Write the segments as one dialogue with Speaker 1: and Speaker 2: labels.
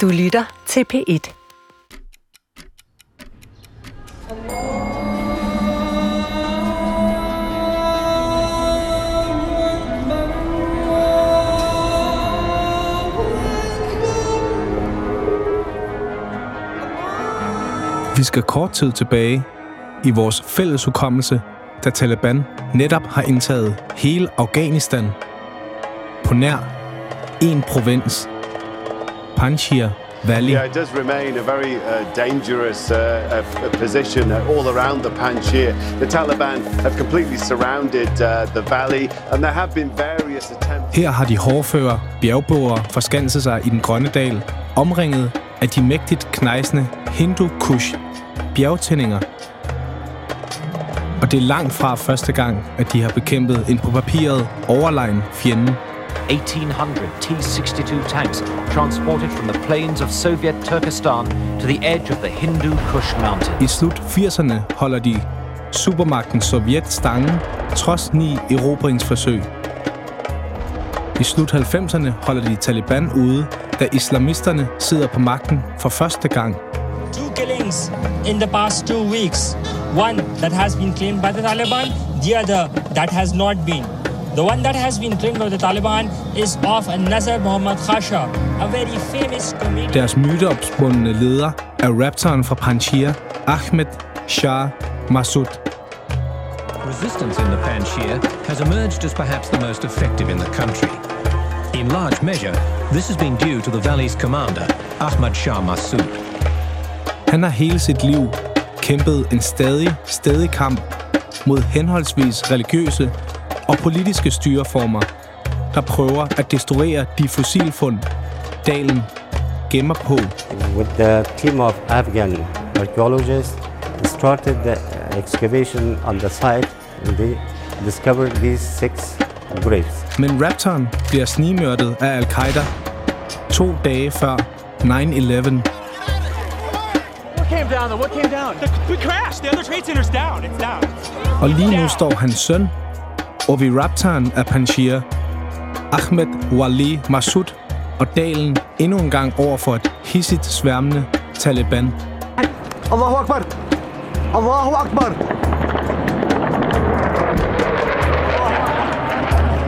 Speaker 1: Du lytter til P1.
Speaker 2: Vi skal kort tid tilbage i vores fælles hukommelse, da Taliban netop har indtaget hele Afghanistan på nær en provins, Panjshir Valley.
Speaker 3: Yeah, it does remain a very uh, dangerous uh, uh, position uh, all around the Panjshir. The Taliban have completely surrounded uh, the valley, and there have been various attempts.
Speaker 2: Her har de hårdfører bjergboere forskanset sig i den grønne dal, omringet af de mægtigt knejsende Hindu Kush bjergtændinger. Og det er langt fra første gang, at de har bekæmpet en på papiret overlegen fjende.
Speaker 4: 1,800 T-62 tanks transported from the plains of Soviet Turkestan to the edge of the Hindu Kush Mountains.
Speaker 2: I slut 80'erne holder de supermagten Sovjet stangen, trods ni erobringsforsøg. I slut 90'erne holder de Taliban ude, da islamisterne sidder på magten for første gang.
Speaker 5: Two killings in the past two weeks. One that has been claimed by the Taliban, the other that has not been. The one that has been claimed by the Taliban is of Nazar Mohammad Khasha, a very famous comedian.
Speaker 2: Deres myteopspundne leder er raptoren fra Panjshir, Ahmed Shah Massoud.
Speaker 6: Resistance in the Panjshir has emerged as perhaps the most effective in the country. In large measure, this has been due to the valley's commander, Ahmad Shah Massoud.
Speaker 2: Han har hele sit liv kæmpet en stadig, stadig kamp mod henholdsvis religiøse og politiske styreformer, der prøver at destruere de fossilfund, dalen gemmer på.
Speaker 7: with the team of Afghan archaeologists started the uh, excavation on the site and they discovered these six graves.
Speaker 2: Men Raptoren bliver snigmørtet af Al-Qaida to dage før 9-11.
Speaker 8: We crashed. The other trade center's down. It's down.
Speaker 2: Og lige nu står hans søn, Ovi Raptoren af Panjshir, Ahmed Wali Massoud og dalen endnu en gang over for et hissigt sværmende Taliban.
Speaker 9: Allahu Akbar! Allahu Akbar!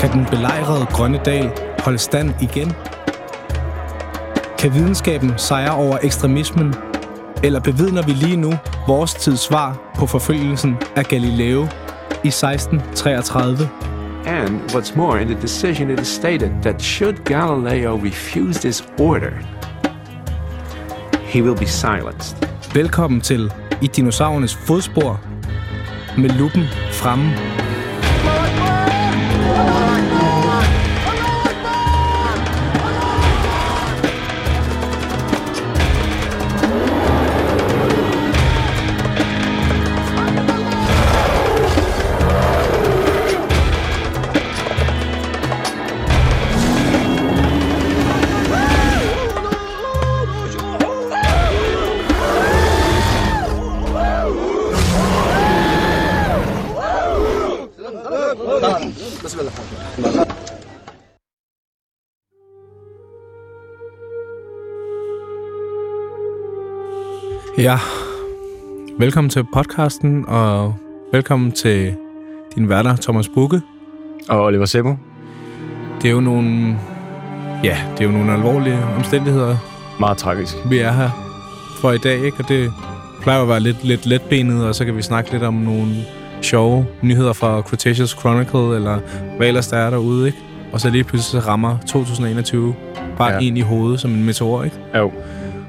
Speaker 2: Kan den belejrede grønne dal holde stand igen? Kan videnskaben sejre over ekstremismen? Eller bevidner vi lige nu vores tids svar på forfølgelsen af Galileo i 1633?
Speaker 10: And what's more, in the decision it is stated that should Galileo refuse this order, he will be silenced.
Speaker 2: Velkommen til I dinosaurernes fodspor med luppen fremme. Ja, velkommen til podcasten, og velkommen til din værter, Thomas Bukke.
Speaker 11: Og Oliver Sebo.
Speaker 2: Det er jo nogle, ja, det er jo nogle alvorlige omstændigheder,
Speaker 11: Meget tragisk.
Speaker 2: vi er her for i dag, ikke? Og det plejer jo at være lidt, lidt letbenet, og så kan vi snakke lidt om nogle sjove nyheder fra Cretaceous Chronicle, eller hvad ellers der er derude, ikke? Og så lige pludselig så rammer 2021 bare ja.
Speaker 11: Ja.
Speaker 2: ind i hovedet som en meteor, ikke?
Speaker 11: Jo.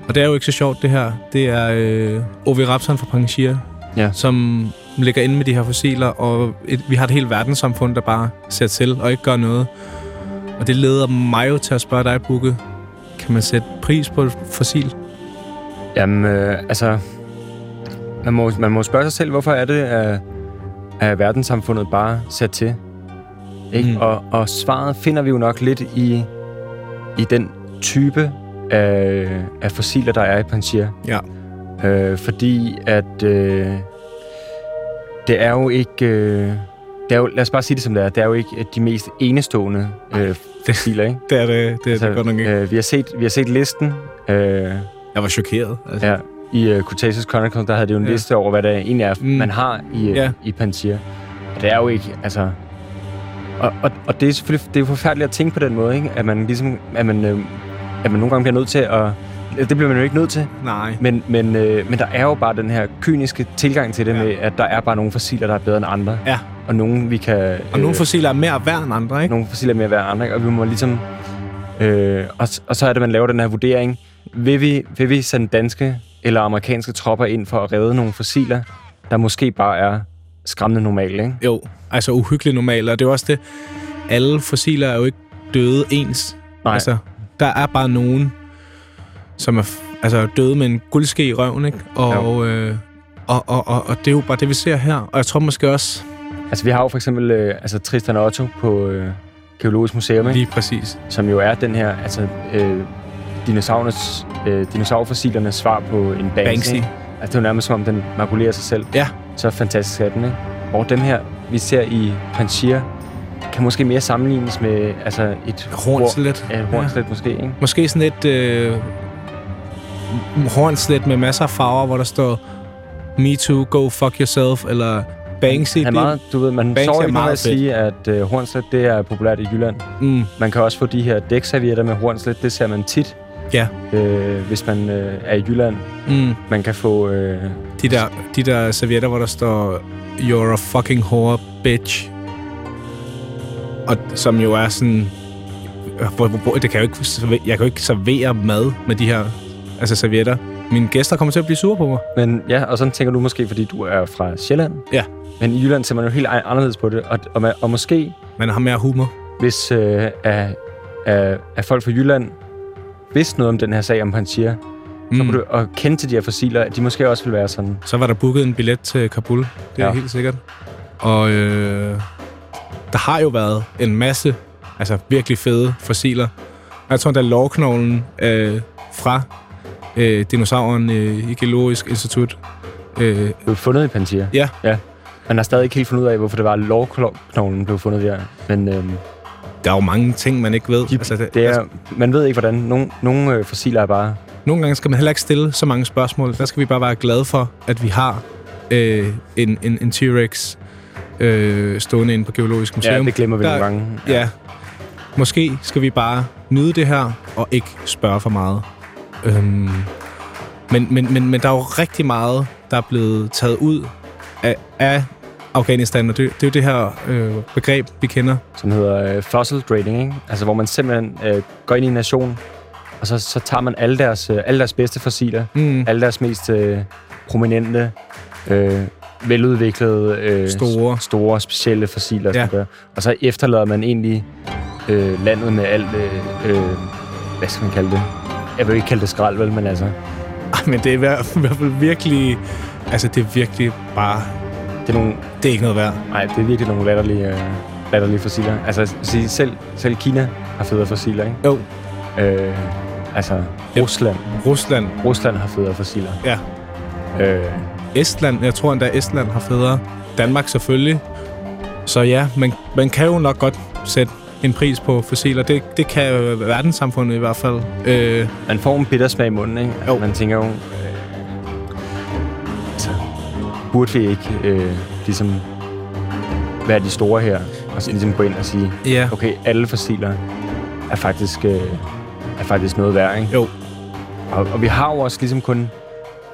Speaker 2: Og det er jo ikke så sjovt, det her. Det er øh, Ovi Rapsan fra Panjshir,
Speaker 11: Ja.
Speaker 2: som ligger inde med de her fossiler, og et, vi har et helt verdenssamfund, der bare ser til og ikke gør noget. Og det leder mig jo til at spørge dig, Bukke. Kan man sætte pris på et fossil?
Speaker 11: Jamen, øh, altså... Man må, man må spørge sig selv, hvorfor er det, at, at verdenssamfundet bare sat til? Ikke?
Speaker 2: Mm.
Speaker 11: Mm. Og, og svaret finder vi jo nok lidt i, i den type af, af fossiler, der er i Panjshir.
Speaker 2: Ja.
Speaker 11: Øh, fordi at... Øh, det er jo ikke... Øh, det er jo, lad os bare sige det, som det er. Det er jo ikke de mest enestående øh, fossiler, ikke?
Speaker 2: Det er det, det, altså, det godt nok ikke.
Speaker 11: Øh, vi, har set, vi har set listen Øh,
Speaker 2: jeg var chokeret.
Speaker 11: Altså. Ja, I uh, Cretaceous Chronicle, der havde det jo en ja. liste over, hvad det egentlig er, mm. man har i, ja. i Pantir. Og det er jo ikke, altså... Og, og, og det er selvfølgelig det er forfærdeligt at tænke på den måde, ikke? At man ligesom, at man, øh, at man nogle gange bliver nødt til at... Det bliver man jo ikke nødt til.
Speaker 2: Nej.
Speaker 11: Men, men, øh, men der er jo bare den her kyniske tilgang til det ja. med, at der er bare nogle fossiler, der er bedre end andre.
Speaker 2: Ja.
Speaker 11: Og nogle, vi kan... Øh,
Speaker 2: og nogle fossiler er mere værd end andre, ikke?
Speaker 11: Nogle fossiler er mere værd end andre, ikke? Og vi må ligesom... Øh, og, og så er det, at man laver den her vurdering. Vil vi, vil vi sende danske eller amerikanske tropper ind for at redde nogle fossiler, der måske bare er skræmmende normale, ikke?
Speaker 2: Jo, altså uhyggeligt normale, og det er også det, alle fossiler er jo ikke døde ens.
Speaker 11: Nej.
Speaker 2: Altså, der er bare nogen, som er f- altså, døde med en guldske i røven, ikke? Og, øh, og, og, og, og det er jo bare det, vi ser her, og jeg tror måske også...
Speaker 11: Altså, vi har jo for eksempel øh, altså, Tristan Otto på øh, Geologisk Museum, ikke?
Speaker 2: Lige præcis.
Speaker 11: Som jo er den her, altså, øh, dinosaurernes, øh, dinosaurfossilernes svar på en Banksy.
Speaker 2: Banksy.
Speaker 11: Ikke? Altså, det er jo nærmest som om, den makulerer sig selv.
Speaker 2: Ja.
Speaker 11: Så fantastisk er den, ikke? Og dem her, vi ser i Panchir, kan måske mere sammenlignes med altså et
Speaker 2: hornslet.
Speaker 11: Ja, et hornslet ja. måske, ikke?
Speaker 2: Måske sådan et øh, hornslet med masser af farver, hvor der står Me too, go fuck yourself, eller Banksy.
Speaker 11: Han er meget, du ved, man Banksy sover ikke meget at sige, at øh, hornslet, det er populært i Jylland.
Speaker 2: Mm.
Speaker 11: Man kan også få de her dækservietter med hornslet, det ser man tit.
Speaker 2: Ja.
Speaker 11: Øh, hvis man øh, er i Jylland.
Speaker 2: Mm.
Speaker 11: Man kan få... Øh,
Speaker 2: de, der, de der servietter, hvor der står, you're a fucking whore, bitch. Og som jo er sådan... Hvor, hvor, hvor, det kan jeg, jo ikke, serve- jeg kan jo ikke servere mad med de her altså servietter. Mine gæster kommer til at blive sure på mig.
Speaker 11: Men ja, og sådan tænker du måske, fordi du er fra Sjælland.
Speaker 2: Ja.
Speaker 11: Men i Jylland ser man jo helt an- anderledes på det. Og, og, man, og måske,
Speaker 2: Man har mere humor.
Speaker 11: hvis øh, er, er, er folk fra Jylland vidste noget om den her sag om Panchir, mm. så
Speaker 2: Mm.
Speaker 11: kunne du og kende til de her fossiler, at de måske også ville være sådan.
Speaker 2: Så var der booket en billet til Kabul. Det er
Speaker 11: Ja.
Speaker 2: ja. helt sikkert. Og øh, der har jo været en masse altså virkelig fede fossiler. Jeg tror, der er lårknoglen øh, fra øh, dinosauren øh, i Geologisk Institut. Øh,
Speaker 11: Blev fundet i Panchir.
Speaker 2: ja,
Speaker 11: Ja. Man har stadig ikke helt fundet ud af, hvorfor det var, at lårknoglen blev fundet der. Men øhm,
Speaker 2: der er jo mange ting, man ikke ved.
Speaker 11: de, altså, det, det er,
Speaker 2: altså,
Speaker 11: man ved ikke, hvordan. Nogle, nogle øh, fossiler er bare...
Speaker 2: nogle gange skal man heller ikke stille så mange spørgsmål. Der skal vi bare være glade for, at vi har øh, en, en, en T-Rex øh, stående inde på Geologisk Museum.
Speaker 11: Ja, det glemmer vi
Speaker 2: Der-
Speaker 11: nogle gange.
Speaker 2: Ja. Måske skal vi bare nyde det her og ikke spørge for meget. Øhm, men, men, men, men der er jo rigtig meget, der er blevet taget ud af, af Afghanistan, og det, det er jo det her øh, begreb, vi kender.
Speaker 11: som hedder øh, fossil grading, ikke? altså hvor man simpelthen øh, går ind i en nation, og så, så tager man alle deres, øh, alle deres bedste fossiler,
Speaker 2: Mm.
Speaker 11: alle deres mest øh, prominente, øh, veludviklede, øh,
Speaker 2: Store.
Speaker 11: s- store, specielle fossiler,
Speaker 2: Ja.
Speaker 11: ja. der. og så efterlader man egentlig øh, landet med alt, øh, øh, hvad skal man kalde det? Jeg vil ikke kalde det skrald, vel, men altså,
Speaker 2: Ej, Men det er i hver- i hvert fald virkelig... Altså, det er virkelig bare...
Speaker 11: det er nogle,
Speaker 2: Det er ikke noget værd.
Speaker 11: nej, det er virkelig nogle latterlige, øh, latterlige fossiler. Altså, jeg vil sige, selv, selv Kina har federe fossiler, ikke?
Speaker 2: Jo,
Speaker 11: Øh, altså, Rusland.
Speaker 2: Rusland,
Speaker 11: Rusland har federe fossiler.
Speaker 2: ja.
Speaker 11: Øh,
Speaker 2: Estland, jeg tror endda, Estland har federe. Danmark selvfølgelig. Så ja, man, man kan jo nok godt sætte en pris på fossiler. Det, det kan øh, verdenssamfundet i hvert fald. Øh,
Speaker 11: man får en bitter smag i munden, ikke? Altså,
Speaker 2: Jo.
Speaker 11: Man tænker jo... Øh, altså, burde vi ikke øh, ligesom være de store her? Og så ligesom gå ind og sige,
Speaker 2: Ja.
Speaker 11: okay, alle fossiler er faktisk, øh, er faktisk noget værd, ikke?
Speaker 2: jo,
Speaker 11: Og, og vi har jo også ligesom kun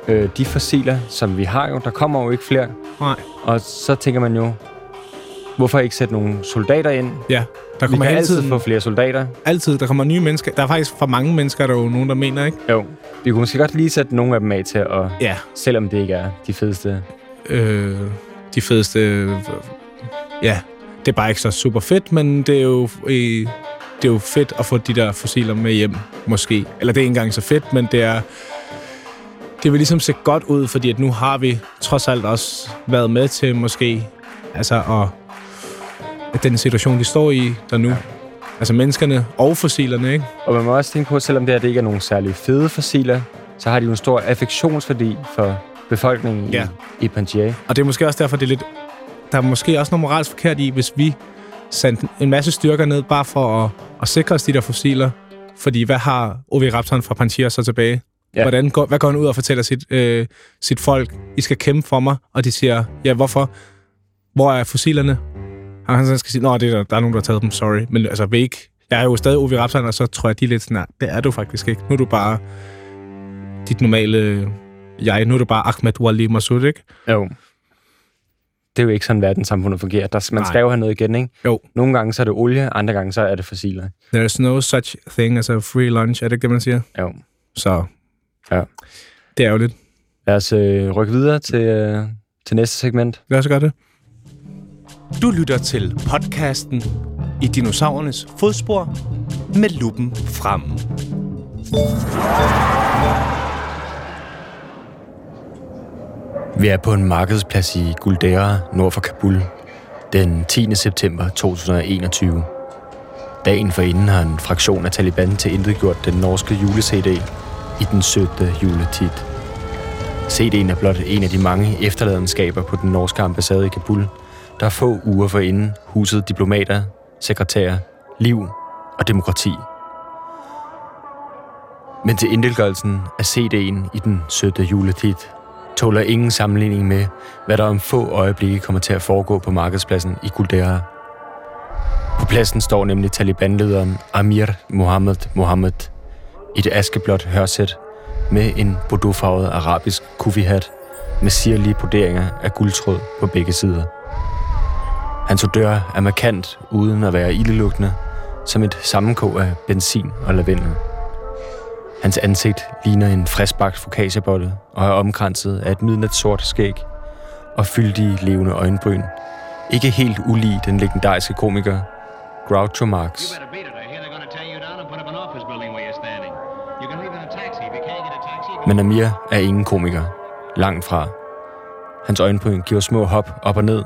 Speaker 11: øh, de fossiler, som vi har jo. Der kommer jo ikke flere.
Speaker 2: nej.
Speaker 11: Og så tænker man jo, hvorfor ikke sætte nogle soldater ind?
Speaker 2: Ja, der
Speaker 11: Vi
Speaker 2: kommer
Speaker 11: kan
Speaker 2: altid,
Speaker 11: altid få flere soldater.
Speaker 2: altid, der kommer nye mennesker. Der er faktisk for mange mennesker, der er jo nogen, der mener, ikke?
Speaker 11: Jo, vi kunne måske godt lige sætte nogle af dem af til at
Speaker 2: Ja.
Speaker 11: Selvom det ikke er de fedeste.
Speaker 2: Øh, de fedeste... øh, Ja, det er bare ikke så super fedt, men det er jo... Øh, det er jo fedt at få de der fossiler med hjem, måske. Eller det er ikke engang så fedt, men det er... Det vil ligesom se godt ud, fordi at nu har vi trods alt også været med til måske... Altså, og at den situation, de står i der nu. Ja. Altså menneskerne og fossilerne, ikke?
Speaker 11: Og man må også tænke på, at selvom det her det ikke er nogle særlig fede fossiler, så har de jo en stor affektionsværdi for befolkningen
Speaker 2: Ja.
Speaker 11: i, i Panjai.
Speaker 2: Og det er måske også derfor, det er lidt... Der er måske også noget moralsk forkert i, hvis vi sendte en masse styrker ned, bare for at, at sikre os de der fossiler, Fordi hvad har O.V. Raptoren fra Panchir så tilbage? Ja. Hvordan går, hvad går han ud og fortæller sit, øh, sit folk? I skal kæmpe for mig. Og de siger, ja, hvorfor? Hvor er fossilerne? Og han så skal sige, nå, det er, der- der er nogen, der har taget dem, sorry. Men altså, vil ikke. Jeg er jo stadig O.V. Raptoren, og så tror jeg, de er lidt sådan, nej, det er du faktisk ikke. Nu er du bare dit normale jeg. Nu er du bare Ahmed Wali Masud, ikke?
Speaker 11: Jo. Det er jo ikke sådan, verdenssamfundet fungerer. Der, man
Speaker 2: Nej.
Speaker 11: skal jo have noget igen, ikke?
Speaker 2: Jo.
Speaker 11: Nogle gange så er det olie, andre gange så er det fossiler.
Speaker 2: There's no such thing as a free lunch, er det ikke det, man siger?
Speaker 11: Jo.
Speaker 2: Så
Speaker 11: ja.
Speaker 2: det er jo lidt.
Speaker 11: Lad os øh, rykke videre til, øh, til næste segment.
Speaker 2: Lad os gøre det. Du lytter til podcasten I dinosaurernes fodspor med luppen fremme.
Speaker 11: Vi er på en markedsplads i Guldera, nord for Kabul, den 10. september 2021. Dagen forinden har en fraktion af Taliban tilintetgjort den norske jule-CD i den søgte juletid. CD'en er blot en af de mange efterladenskaber på den norske ambassade i Kabul, der få uger forinden husede diplomater, sekretærer, liv og demokrati. Men til inddelgørelsen af CD'en i den søgte juletid tåler ingen sammenligning med, hvad der om få øjeblikke kommer til at foregå på markedspladsen i Guldera. På pladsen står nemlig Taliban-lederen Amir Mohammed Mohammed i et askeblåt hørsæt med en bordeauxfarvet arabisk kufihat med sirlige broderinger af guldtråd på begge sider. Hans odør er markant uden at være ildelugtende, som et sammenkog af benzin og lavendel. Hans ansigt ligner en friskbagt fokasiebolle og er omkranset af et midnatssort skæg og fyldige levende øjenbryn. Ikke helt ulig den legendariske komiker Groucho Marx. Men Amir er ingen komiker. Langt fra. Hans øjenbryn giver små hop op og ned,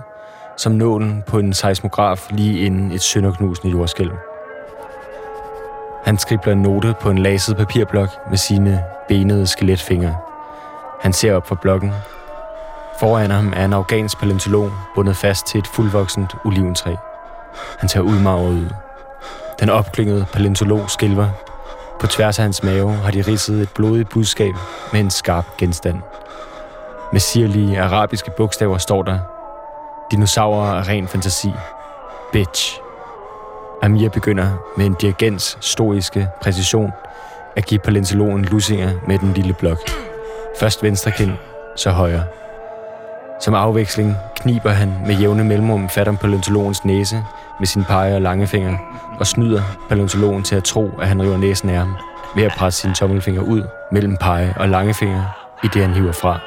Speaker 11: som nålen på en seismograf lige inden et sønderknusende jordskælv. Han skribler en note på en laset papirblok med sine benede skeletfingre. Han ser op fra blokken. Foran ham er en afghansk paleontolog bundet fast til et fuldvoksent oliventræ. Han ser udmagret ud. Den opklyngede paleontolog skilver. På tværs af hans mave har de ridset et blodigt budskab med en skarp genstand. Med sirlige arabiske bogstaver står der Dinosaurer er ren fantasi. Bitch. Amir begynder med en dirigents stoiske præcision at give paleontologen lusinger med den lille blok. Først venstre kind, så højre. Som afveksling kniber han med jævne mellemrum fat om paleontologens næse med sin pege og langefinger og snyder paleontologen til at tro, at han river næsen af ham ved at presse sin tommelfinger ud mellem pege og langefinger i det, han hiver fra.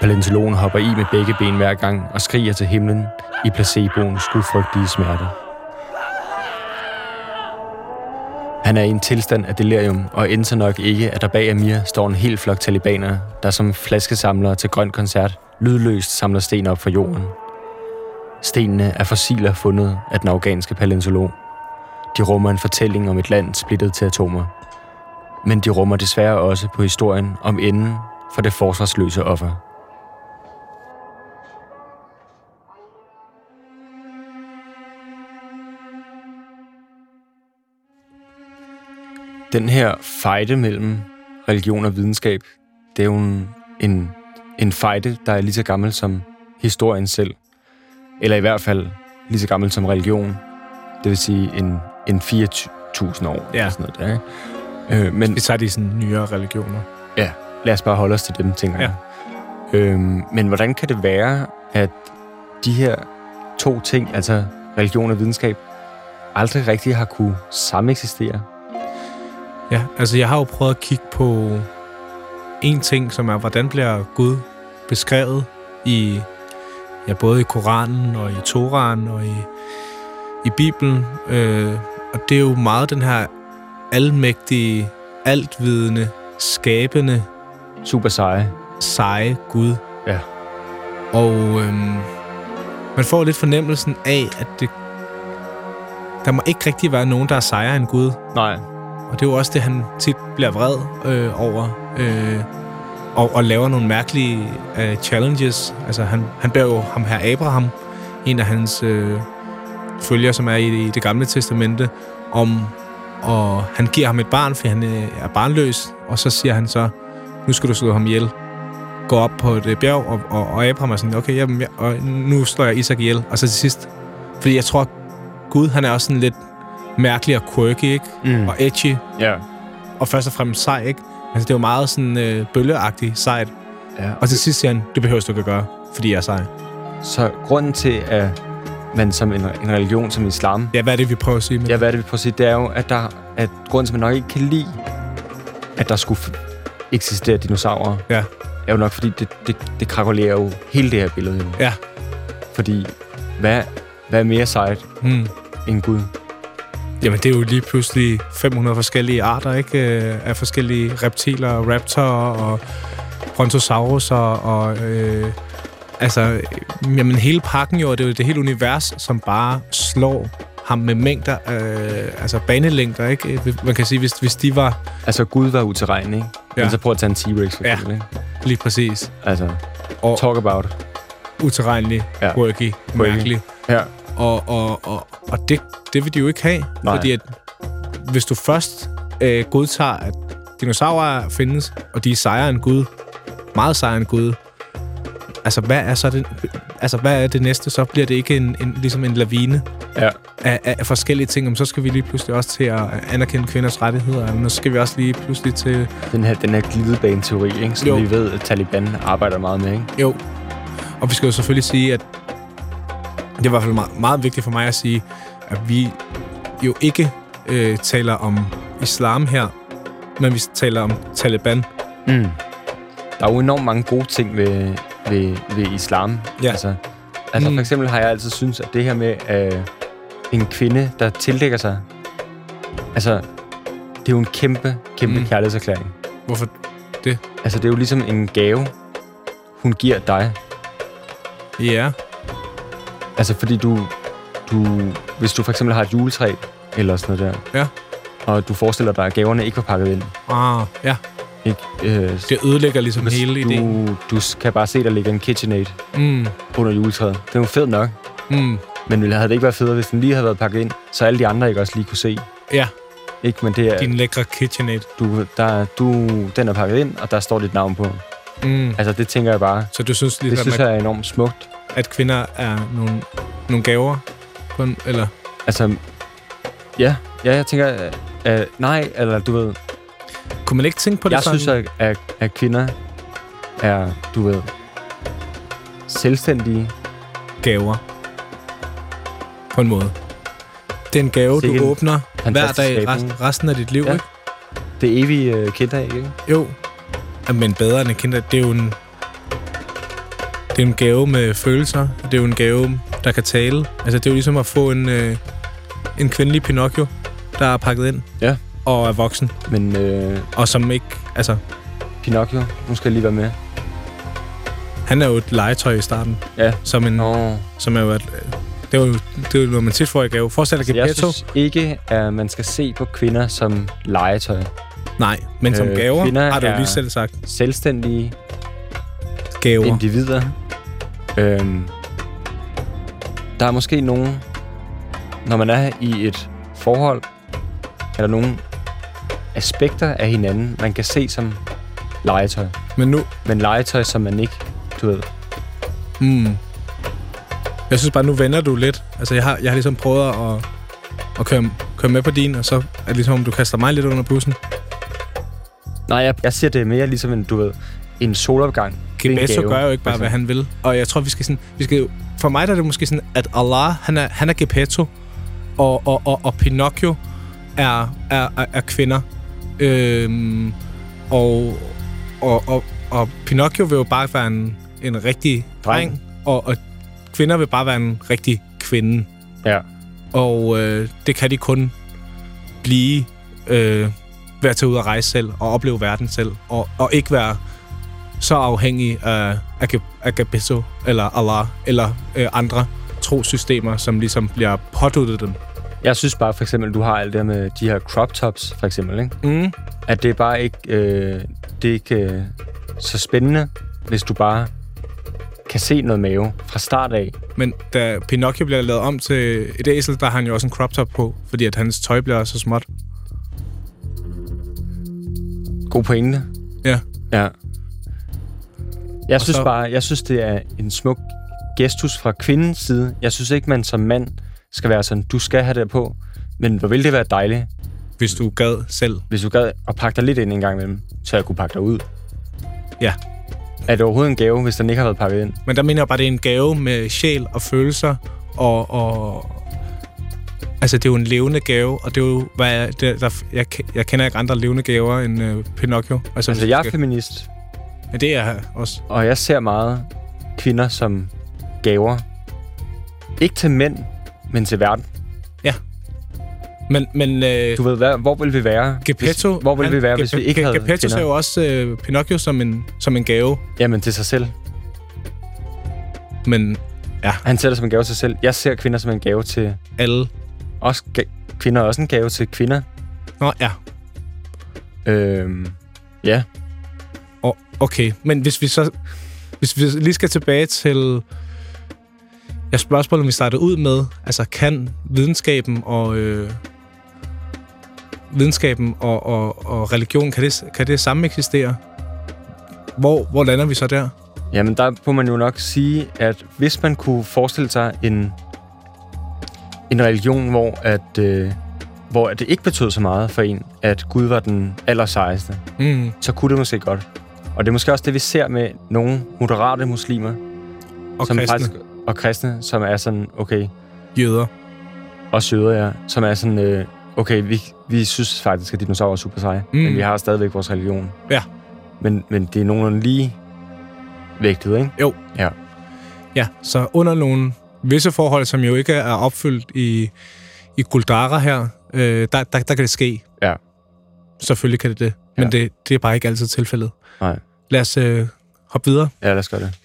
Speaker 11: Paleontologen hopper i med begge ben hver gang og skriger til himlen i placeboens gudfrygtige smerter. Han er i en tilstand af delirium og indser nok ikke, at der bag Amir står en hel flok talibanere, der som flaskesamlere til grøn koncert lydløst samler sten op fra jorden. Stenene er fossiler fundet af den afghanske paleontolog. De rummer en fortælling om et land splittet til atomer. Men de rummer desværre også på historien om enden for det forsvarsløse offer. den her fejde mellem religion og videnskab, det er jo en, en, en fejde, der er lige så gammel som historien selv. Eller i hvert fald lige så gammel som religion. Det vil sige en, en 4.000 år. Ja. Eller sådan noget der, ikke? Øh, men,
Speaker 2: Så er de sådan nyere religioner.
Speaker 11: Ja, lad os bare holde os til dem, tænker jeg. Ja. Øhm, men hvordan kan det være, at de her to ting, altså religion og videnskab, aldrig rigtig har kunne sameksistere?
Speaker 2: Ja, altså jeg har jo prøvet at kigge på en ting, som er, hvordan bliver Gud beskrevet i ja, både i Koranen og i Toraen og i, i Bibelen. Øh, og det er jo meget den her almægtige, altvidende, skabende,
Speaker 11: super seje,
Speaker 2: seje Gud.
Speaker 11: Ja.
Speaker 2: Og øhm, man får lidt fornemmelsen af, at det, der må ikke rigtig være nogen, der er sejere end Gud.
Speaker 11: Nej.
Speaker 2: Og det er jo også det, han tit bliver vred øh, over. Øh, og, og laver nogle mærkelige øh, challenges. Altså, han, han bærer jo ham her Abraham, en af hans øh, følger, som er i, i det gamle testamente, om og han giver ham et barn, for han øh, er barnløs, og så siger han så, nu skal du slå ham ihjel. Går op på et øh, bjerg og, og, og Abraham er sådan, okay, jamen, jeg, og nu slår jeg Isak ihjel. Og så til sidst, fordi jeg tror, Gud, han er også sådan lidt mærkelig og quirky, ikke? Mm. Og edgy.
Speaker 11: Ja.
Speaker 2: Og først og fremmest sej, ikke? Altså, det er jo meget sådan øh, bølleagtigt sejt.
Speaker 11: Ja.
Speaker 2: Og til sidst siger han, det behøver du ikke at gøre, fordi jeg er sej.
Speaker 11: Så grunden til, at man som en, en religion som islam...
Speaker 2: Ja, hvad er det, vi prøver at sige med
Speaker 11: Ja, hvad er det, vi prøver at sige? Det er jo, at, der, at grunden til, at man nok ikke kan lide, at der skulle f- eksistere dinosaurer,
Speaker 2: ja.
Speaker 11: er jo nok, fordi det, det, det krakulerer jo hele det her billede. Jo.
Speaker 2: Ja.
Speaker 11: Fordi, hvad, hvad er mere sejt
Speaker 2: Mm.
Speaker 11: end Gud?
Speaker 2: Jamen, det er jo lige pludselig 500 forskellige arter, ikke? Øh, Af forskellige reptiler, og raptorer og brontosaurus og... og øh, altså, øh, jamen, hele pakken jo, og det er jo det hele univers, som bare slår ham med mængder, øh, altså banelængder, ikke? Øh, Man kan sige, hvis, hvis de var...
Speaker 11: Altså, Gud var uterren, ikke?
Speaker 2: Ja.
Speaker 11: Men så prøv at tage en T-Rex, for
Speaker 2: Ja.
Speaker 11: eksempel, ikke?
Speaker 2: Lige præcis.
Speaker 11: Altså,
Speaker 2: Og-
Speaker 11: talk about it.
Speaker 2: uterrenelig,
Speaker 11: Ja.
Speaker 2: ja. quirky,
Speaker 11: Quirky.
Speaker 2: mærkelig.
Speaker 11: Ja.
Speaker 2: Og, og, og, og det, det vil de jo ikke have.
Speaker 11: Nej.
Speaker 2: Fordi at, hvis du først øh, godtager, at dinosaurer findes, og de er sejere end Gud, meget sejere end Gud, altså hvad er så det, altså, hvad er det næste? Så bliver det ikke en, en, ligesom en lavine
Speaker 11: Ja.
Speaker 2: af, af, af forskellige ting. Jamen, så skal vi lige pludselig også til at anerkende kvinders rettigheder, og nu skal vi også lige pludselig til
Speaker 11: Den her, den her glidebane-teori, ikke? Som
Speaker 2: Jo.
Speaker 11: vi ved, at Taliban arbejder meget med, ikke?
Speaker 2: Jo. Og vi skal jo selvfølgelig sige, at det er i hvert fald meget, meget vigtigt for mig at sige, at vi jo ikke øh, taler om islam her, men vi taler om Taliban.
Speaker 11: Mm. Der er jo enormt mange gode ting ved, ved, ved islam.
Speaker 2: Ja.
Speaker 11: Altså, altså mm.
Speaker 2: Mm.
Speaker 11: for eksempel har jeg altid synes, at det her med øh, en kvinde, der tildækker sig, altså, det er jo en kæmpe, kæmpe mm.
Speaker 2: Mm.
Speaker 11: kærlighedserklæring.
Speaker 2: Hvorfor det?
Speaker 11: Altså, det er jo ligesom en gave, hun giver dig.
Speaker 2: Ja.
Speaker 11: Altså, fordi du, du, hvis du for eksempel har et juletræ, eller sådan noget der,
Speaker 2: Ja.
Speaker 11: og du forestiller dig, at gaverne ikke var pakket ind,
Speaker 2: Ah, ja.
Speaker 11: ikke? Øh,
Speaker 2: Det ødelægger ligesom Hvis hele ideen.
Speaker 11: du, du kan bare se, der ligger en KitchenAid
Speaker 2: Mm,
Speaker 11: under juletræet. Det er jo fedt nok.
Speaker 2: mm,
Speaker 11: Men ville, havde det ikke været federe, hvis den lige havde været pakket ind, så alle de andre ikke også lige kunne se?
Speaker 2: ja,
Speaker 11: Ikke, men det er,
Speaker 2: din lækre KitchenAid.
Speaker 11: du, der, du, den er pakket ind, og der står dit navn på.
Speaker 2: Mm.
Speaker 11: Altså, det tænker jeg bare,
Speaker 2: Så du synes
Speaker 11: det
Speaker 2: ligesom,
Speaker 11: synes
Speaker 2: at,
Speaker 11: jeg er enormt smukt.
Speaker 2: at kvinder er nogle, nogle gaver? På en, eller?
Speaker 11: Altså, ja, ja jeg tænker, øh, øh, nej, eller du ved,
Speaker 2: Kunne man ikke tænke på det
Speaker 11: jeg
Speaker 2: sådan?
Speaker 11: synes, at, at, at kvinder er, du ved, selvstændige.
Speaker 2: gaver. På en måde. Det er en gave,
Speaker 11: Sikke
Speaker 2: du
Speaker 11: en
Speaker 2: åbner hver
Speaker 11: fantastisk
Speaker 2: dag
Speaker 11: skabning.
Speaker 2: rest, resten af dit liv,
Speaker 11: Ja.
Speaker 2: ja. ikke?
Speaker 11: Det evige øh, kinder, ikke?
Speaker 2: Jo. Ja, Men bedre end en kinder, det er jo en... Det er en gave med følelser, og det er jo en gave, der kan tale. Altså, det er jo ligesom at få en, øh, en kvindelig Pinocchio, der er pakket ind
Speaker 11: Ja.
Speaker 2: og er voksen,
Speaker 11: Men øh,
Speaker 2: og som ikke... Altså,
Speaker 11: Pinocchio, nu skal jeg lige være med.
Speaker 2: han er jo et legetøj i starten,
Speaker 11: Ja.
Speaker 2: som, en,
Speaker 11: Nå.
Speaker 2: som er jo... Et, det er jo det er jo noget, man tit får i gave. Forestil dig
Speaker 11: Så jeg
Speaker 2: Gepetto.
Speaker 11: synes ikke, at man skal se på kvinder som legetøj.
Speaker 2: Nej, men som
Speaker 11: Øh,
Speaker 2: gaver
Speaker 11: kvinder
Speaker 2: har du jo
Speaker 11: er-
Speaker 2: lige selv sagt.
Speaker 11: Selvstændige
Speaker 2: Gaver.
Speaker 11: individer. Øhm, der er måske nogen, når man er i et forhold, er der nogle aspekter af hinanden, man kan se som legetøj.
Speaker 2: Men nu,
Speaker 11: Men legetøj, som man ikke, du ved.
Speaker 2: Mm. Jeg synes bare, nu vender du lidt. Altså, jeg har, jeg har ligesom prøvet at, at køre, køre med på din, og så er det ligesom, om du kaster mig lidt under bussen.
Speaker 11: Nej, jeg, jeg ser det mere ligesom en, du ved, en solopgang. Det er en
Speaker 2: Gepetto
Speaker 11: gave, Altså.
Speaker 2: gør jo ikke
Speaker 11: for
Speaker 2: bare, hvad
Speaker 11: eksempel.
Speaker 2: han vil. Og jeg tror, vi skal sådan... Vi skal, for mig der er det måske sådan, at Allah, han er, han er Gepetto, og, og, og, og Pinocchio er, er, er, er kvinder. Øhm, og, og, og, og Pinocchio vil jo bare være en, en rigtig
Speaker 11: Dreng.
Speaker 2: dreng, og, og kvinder vil bare være en rigtig kvinde.
Speaker 11: Ja.
Speaker 2: Og øh, det kan de kun blive øh, ved at tage ud og rejse selv og opleve verden selv. Og, og ikke være så afhængig af, af, Ge- af Gepetto eller Allah eller øh, andre trosystemer, som ligesom bliver påduttet dem.
Speaker 11: Jeg synes bare, for eksempel, du har alt det her med de her crop tops, for eksempel, ikke?
Speaker 2: Mm.
Speaker 11: at det er bare ikke, øh, det er ikke øh, så spændende, hvis du bare kan se noget mave fra start af.
Speaker 2: Men da Pinocchio bliver lavet om til et æsel, der har han jo også en crop top på, fordi at hans tøj bliver så småt.
Speaker 11: God pointe.
Speaker 2: Ja.
Speaker 11: Ja. Jeg
Speaker 2: Og
Speaker 11: synes
Speaker 2: så-
Speaker 11: bare, jeg synes, det er en smuk gestus fra kvindens side. Jeg synes ikke, man som mand skal være sådan, du skal have det på. Men hvor ville det være dejligt?
Speaker 2: Hvis du gad selv.
Speaker 11: Hvis du gad at pakke dig lidt ind en gang imellem, så jeg kunne pakke dig ud.
Speaker 2: Ja.
Speaker 11: Er det overhovedet en gave, hvis den ikke har været pakket ind?
Speaker 2: Men der mener jeg bare, det er en gave med sjæl og følelser, og, og altså, det er jo en levende gave, og det er jo, hvad jeg, det, der, jeg, jeg kender ikke andre levende gaver end øh, Pinocchio.
Speaker 11: Altså, altså
Speaker 2: hvis
Speaker 11: jeg er
Speaker 2: skal-
Speaker 11: feminist,
Speaker 2: Ja, det er jeg også.
Speaker 11: og jeg ser meget kvinder som gaver. Ikke til mænd, men til verden.
Speaker 2: Men, men øh,
Speaker 11: Du ved, hvad, hvor ville vi være?
Speaker 2: Geppetto...
Speaker 11: hvis, hvor ville
Speaker 2: han-
Speaker 11: vi være, hvis vi
Speaker 2: Ge-
Speaker 11: ikke
Speaker 2: Ge-
Speaker 11: havde
Speaker 2: Geppetto ser
Speaker 11: kvinder?
Speaker 2: jo også øh, Pinocchio som en, som en gave,
Speaker 11: Jamen, til sig selv.
Speaker 2: men
Speaker 11: Han ser det som en gave til sig selv. Jeg ser kvinder som en gave til...
Speaker 2: alle...
Speaker 11: Også ga- kvinder er også en gave til kvinder.
Speaker 2: Nå, ja.
Speaker 11: Øhm, ja.
Speaker 2: Og, okay, men hvis vi så... Hvis vi lige skal tilbage til... Jeg spørgsmålet, vi startede ud med, altså kan videnskaben og... Øh, videnskaben og, og, og religion, kan det, kan det samme eksistere? Hvor, hvor lander vi så der?
Speaker 11: Jamen, der må man jo nok sige, at hvis man kunne forestille sig en, en religion, hvor, at, øh, hvor at det ikke betød så meget for en, at Gud var den allersejeste,
Speaker 2: Mm.
Speaker 11: så kunne det måske godt. Og det er måske også det, vi ser med nogle moderate muslimer,
Speaker 2: Og
Speaker 11: som
Speaker 2: kristne
Speaker 11: faktisk, og kristne, som er sådan, okay,
Speaker 2: jøder.
Speaker 11: og søder jer, som er sådan, øh, okay, vi, vi synes faktisk, at dinosaurer er super seje, mm.
Speaker 2: Mm.
Speaker 11: men vi har stadigvæk vores religion.
Speaker 2: Ja.
Speaker 11: Men, men det er nogenlunde lige vægtet, ikke?
Speaker 2: Ja, så under nogle visse forhold, som jo ikke er opfyldt i, i Guldara her, øh, der, der, der kan det ske.
Speaker 11: Ja.
Speaker 2: Selvfølgelig kan det det, men
Speaker 11: Ja.
Speaker 2: det, det er bare ikke altid tilfældet.
Speaker 11: Nej.
Speaker 2: Lad os øh, hoppe videre.
Speaker 11: Ja, lad os gøre det.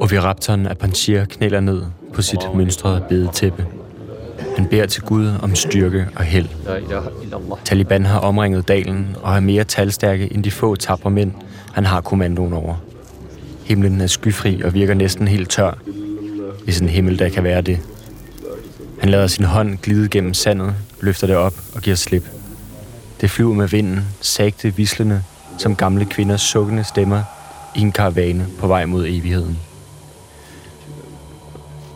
Speaker 11: Oviraptoren af Panchir knæler ned på sit mønstrede bedetæppe. Han beder til Gud om styrke og held. Taliban har omringet dalen og er mere talstærke end de få tabre mænd, han har kommandoen over. Himlen er skyfri og virker næsten helt tør, hvis en himmel der kan være det. Han lader sin hånd glide gennem sandet, løfter det op og giver slip. Det flyver med vinden, sagte vislende, som gamle kvinders sukkende stemmer i en karavane på vej mod evigheden.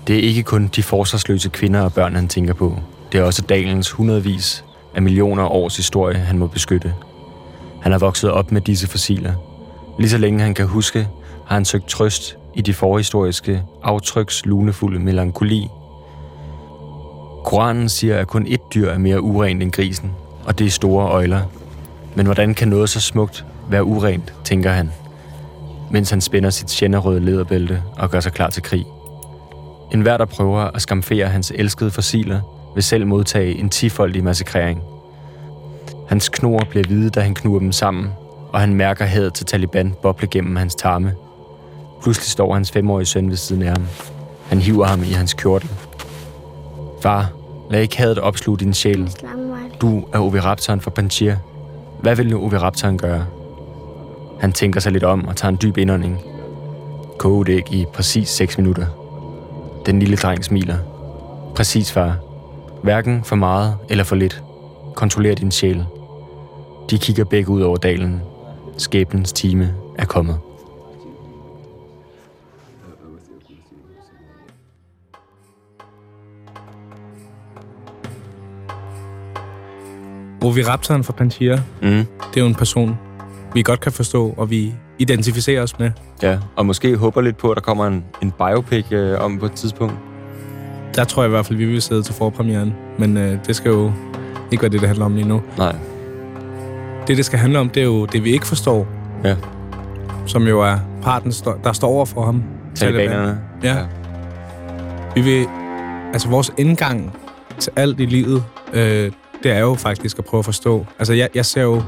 Speaker 11: Det er ikke kun de forsvarsløse kvinder og børn, han tænker på. Det er også dalens hundredvis af millioner års historie, han må beskytte. Han har vokset op med disse fossiler. Lige så længe han kan huske, har han søgt trøst i de forhistoriske, aftryks lunefulde melankoli. Koranen siger, at kun ét dyr er mere urent end grisen, og det er store øjler. Men hvordan kan noget så smukt være urent, tænker han, mens han spænder sit sjænderøde lederbælte og gør sig klar til krig. En hver, der prøver at skamfere hans elskede fossiler, vil selv modtage en tifoldig massakrering. Hans knor bliver hvide, da han knuger dem sammen, og han mærker hadet til Taliban boble gennem hans tarme. Pludselig står hans femårige søn ved siden af ham. Han hiver ham i hans kjortel. Far, lad ikke hadet opsluge din sjæl. Du er oviraptoren for Panchir. Hvad vil nu oviraptoren gøre? Han tænker sig lidt om og tager en dyb indånding. Koge et æg i præcis 6 minutter. Den lille dreng smiler. Præcis, far. Hverken for meget eller for lidt. Kontroller din sjæl. De kigger begge ud over dalen. Skæbnens time er kommet.
Speaker 2: Oviraptoren fra Pantera,
Speaker 11: Mm.
Speaker 2: det er jo en person, vi godt kan forstå, og vi identificerer os med.
Speaker 11: Ja, og måske håber lidt på, at der kommer en, en biopic øh, om på et tidspunkt.
Speaker 2: Der tror jeg i hvert fald, vi vil sidde til forpremieren, men øh, det skal jo ikke være det, det handler om lige nu.
Speaker 11: Nej.
Speaker 2: Det, det skal handle om, det er jo det, vi ikke forstår.
Speaker 11: Ja.
Speaker 2: Som jo er parten, stå- der står over for ham.
Speaker 11: Talibanerne.
Speaker 2: Ja.
Speaker 11: Ja.
Speaker 2: Vi vil... Altså, vores indgang til alt i livet, øh, det er jo faktisk at prøve at forstå. Altså, jeg, jeg ser jo...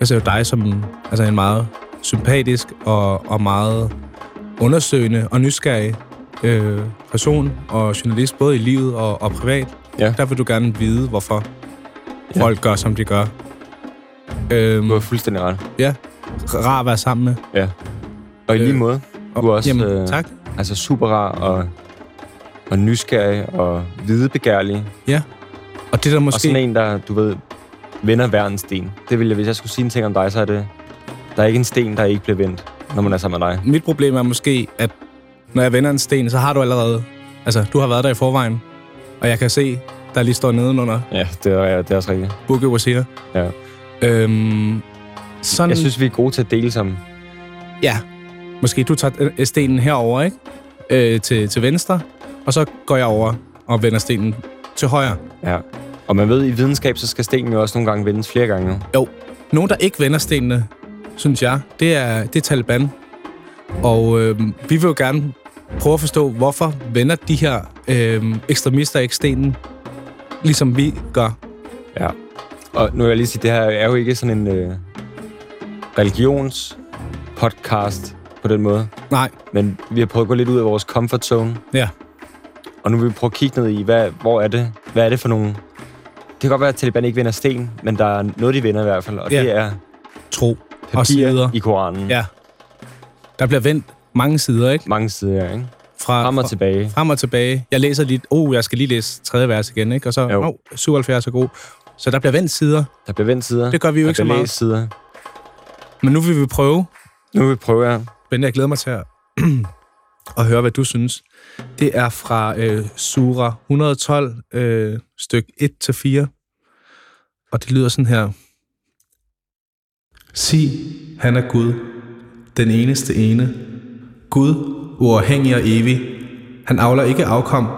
Speaker 2: Jeg ser jo dig som en- altså en meget sympatisk og, og meget undersøgende og nysgerrig øh, person og journalist, både i livet og, og privat.
Speaker 11: Ja.
Speaker 2: Der vil du gerne vide, hvorfor
Speaker 11: Ja.
Speaker 2: folk gør, som de gør. Øhm,
Speaker 11: Du har fuldstændig ret.
Speaker 2: rar at være sammen med.
Speaker 11: Og i
Speaker 2: Øh,
Speaker 11: lige måde,
Speaker 2: Og-
Speaker 11: Du er også,
Speaker 2: Jamen,
Speaker 11: øh,
Speaker 2: tak.
Speaker 11: altså super rar og, og nysgerrig og videbegærlig.
Speaker 2: Ja. Og det der måske...
Speaker 11: Og sådan en, der, du ved, vender hver en sten. Det ville jeg, hvis jeg skulle sige en ting om dig, så er det, der er ikke en sten, der ikke bliver vendt, når man er sammen med dig.
Speaker 2: Mit problem er måske, at når jeg vender en sten, så har du allerede... Altså, du har været der i forvejen, og jeg kan se, der lige står nedenunder.
Speaker 11: Ja, det er, det er også rigtigt.
Speaker 2: Bukke Wasina.
Speaker 11: Ja.
Speaker 2: Øhm, sådan...
Speaker 11: Jeg synes, vi er gode til at dele sammen.
Speaker 2: Ja. Måske du tager øh, stenen herover, ikke? Øh, til, til venstre, og så går jeg over og vender stenen til højre.
Speaker 11: Ja. Og man ved, i videnskab, så skal stenen jo også nogle gange vendes flere gange.
Speaker 2: Jo. Nogen, der ikke vender stenene, synes jeg, det er, det er Taliban. Og øh, vi vil jo gerne prøve at forstå, hvorfor vender de her øh, ekstremister ikke stenen, ligesom vi gør.
Speaker 11: Ja. Og nu vil jeg lige sige, det her er jo ikke sådan en øh, religions podcast på den måde.
Speaker 2: Nej.
Speaker 11: Men vi har prøvet at gå lidt ud af vores comfort zone.
Speaker 2: Ja.
Speaker 11: Og nu vil vi prøve at kigge ned i, hvad, hvor er det? Hvad er det for nogle... Det kan godt være, at Taliban ikke vinder sten, men der er noget, de vinder i hvert fald, og ja. det er...
Speaker 2: Tro.
Speaker 11: Papir og sider. i Koranen.
Speaker 2: Ja. Der bliver vendt mange sider, ikke?
Speaker 11: Mange sider, ikke?
Speaker 2: Fra,
Speaker 11: frem og tilbage.
Speaker 2: Frem og tilbage. Jeg læser lige... Oh, jeg skal lige læse tredje vers igen, ikke? Og så... Jo. Oh, 77 er god. Så der bliver vendt sider.
Speaker 11: Der bliver vendt sider.
Speaker 2: Det gør vi jo
Speaker 11: der
Speaker 2: ikke så meget.
Speaker 11: sider.
Speaker 2: Men nu vil vi prøve.
Speaker 11: Nu vil vi prøve, ja.
Speaker 2: Bente, jeg glæder mig til at, at høre, hvad du synes. Det er fra øh, Sura 112, øh, styk 1-4. Og det lyder sådan her. Sig, han er Gud, den eneste ene. Gud, uafhængig og evig. Han avler ikke afkom.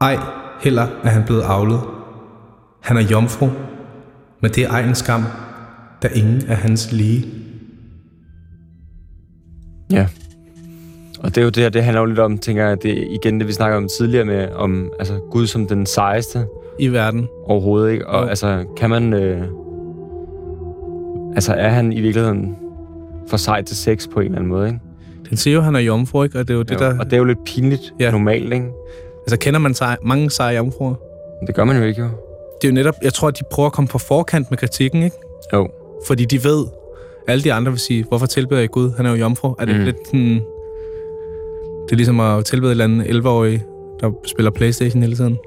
Speaker 2: Ej, heller er han blevet avlet. Han er jomfru, men det er egen skam, da ingen er hans lige.
Speaker 11: Ja. Og det er jo det her, det handler jo lidt om, tænker jeg, det igen det, vi snakker om tidligere med, om altså, Gud som den sejeste.
Speaker 2: I verden.
Speaker 11: Overhovedet, ikke? Og ja. altså, kan man... Øh, altså, er han i virkeligheden for sej til sex på en eller anden måde, ikke?
Speaker 2: Den siger jo, at han er jomfru, ikke? Og det er jo det, jo, der...
Speaker 11: Og det er jo lidt pinligt ja. normalt, ikke?
Speaker 2: Altså, kender man sej, mange seje jomfruer?
Speaker 11: Det gør man jo ikke, jo.
Speaker 2: Det er jo netop... Jeg tror, at de prøver at komme på forkant med kritikken, ikke?
Speaker 11: Jo.
Speaker 2: Fordi de ved, alle de andre vil sige, hvorfor tilbeder I Gud? Han er jo jomfru. Er det mm. lidt sådan... Det er ligesom at tilbede et eller andet 11-årig, der spiller Playstation hele tiden.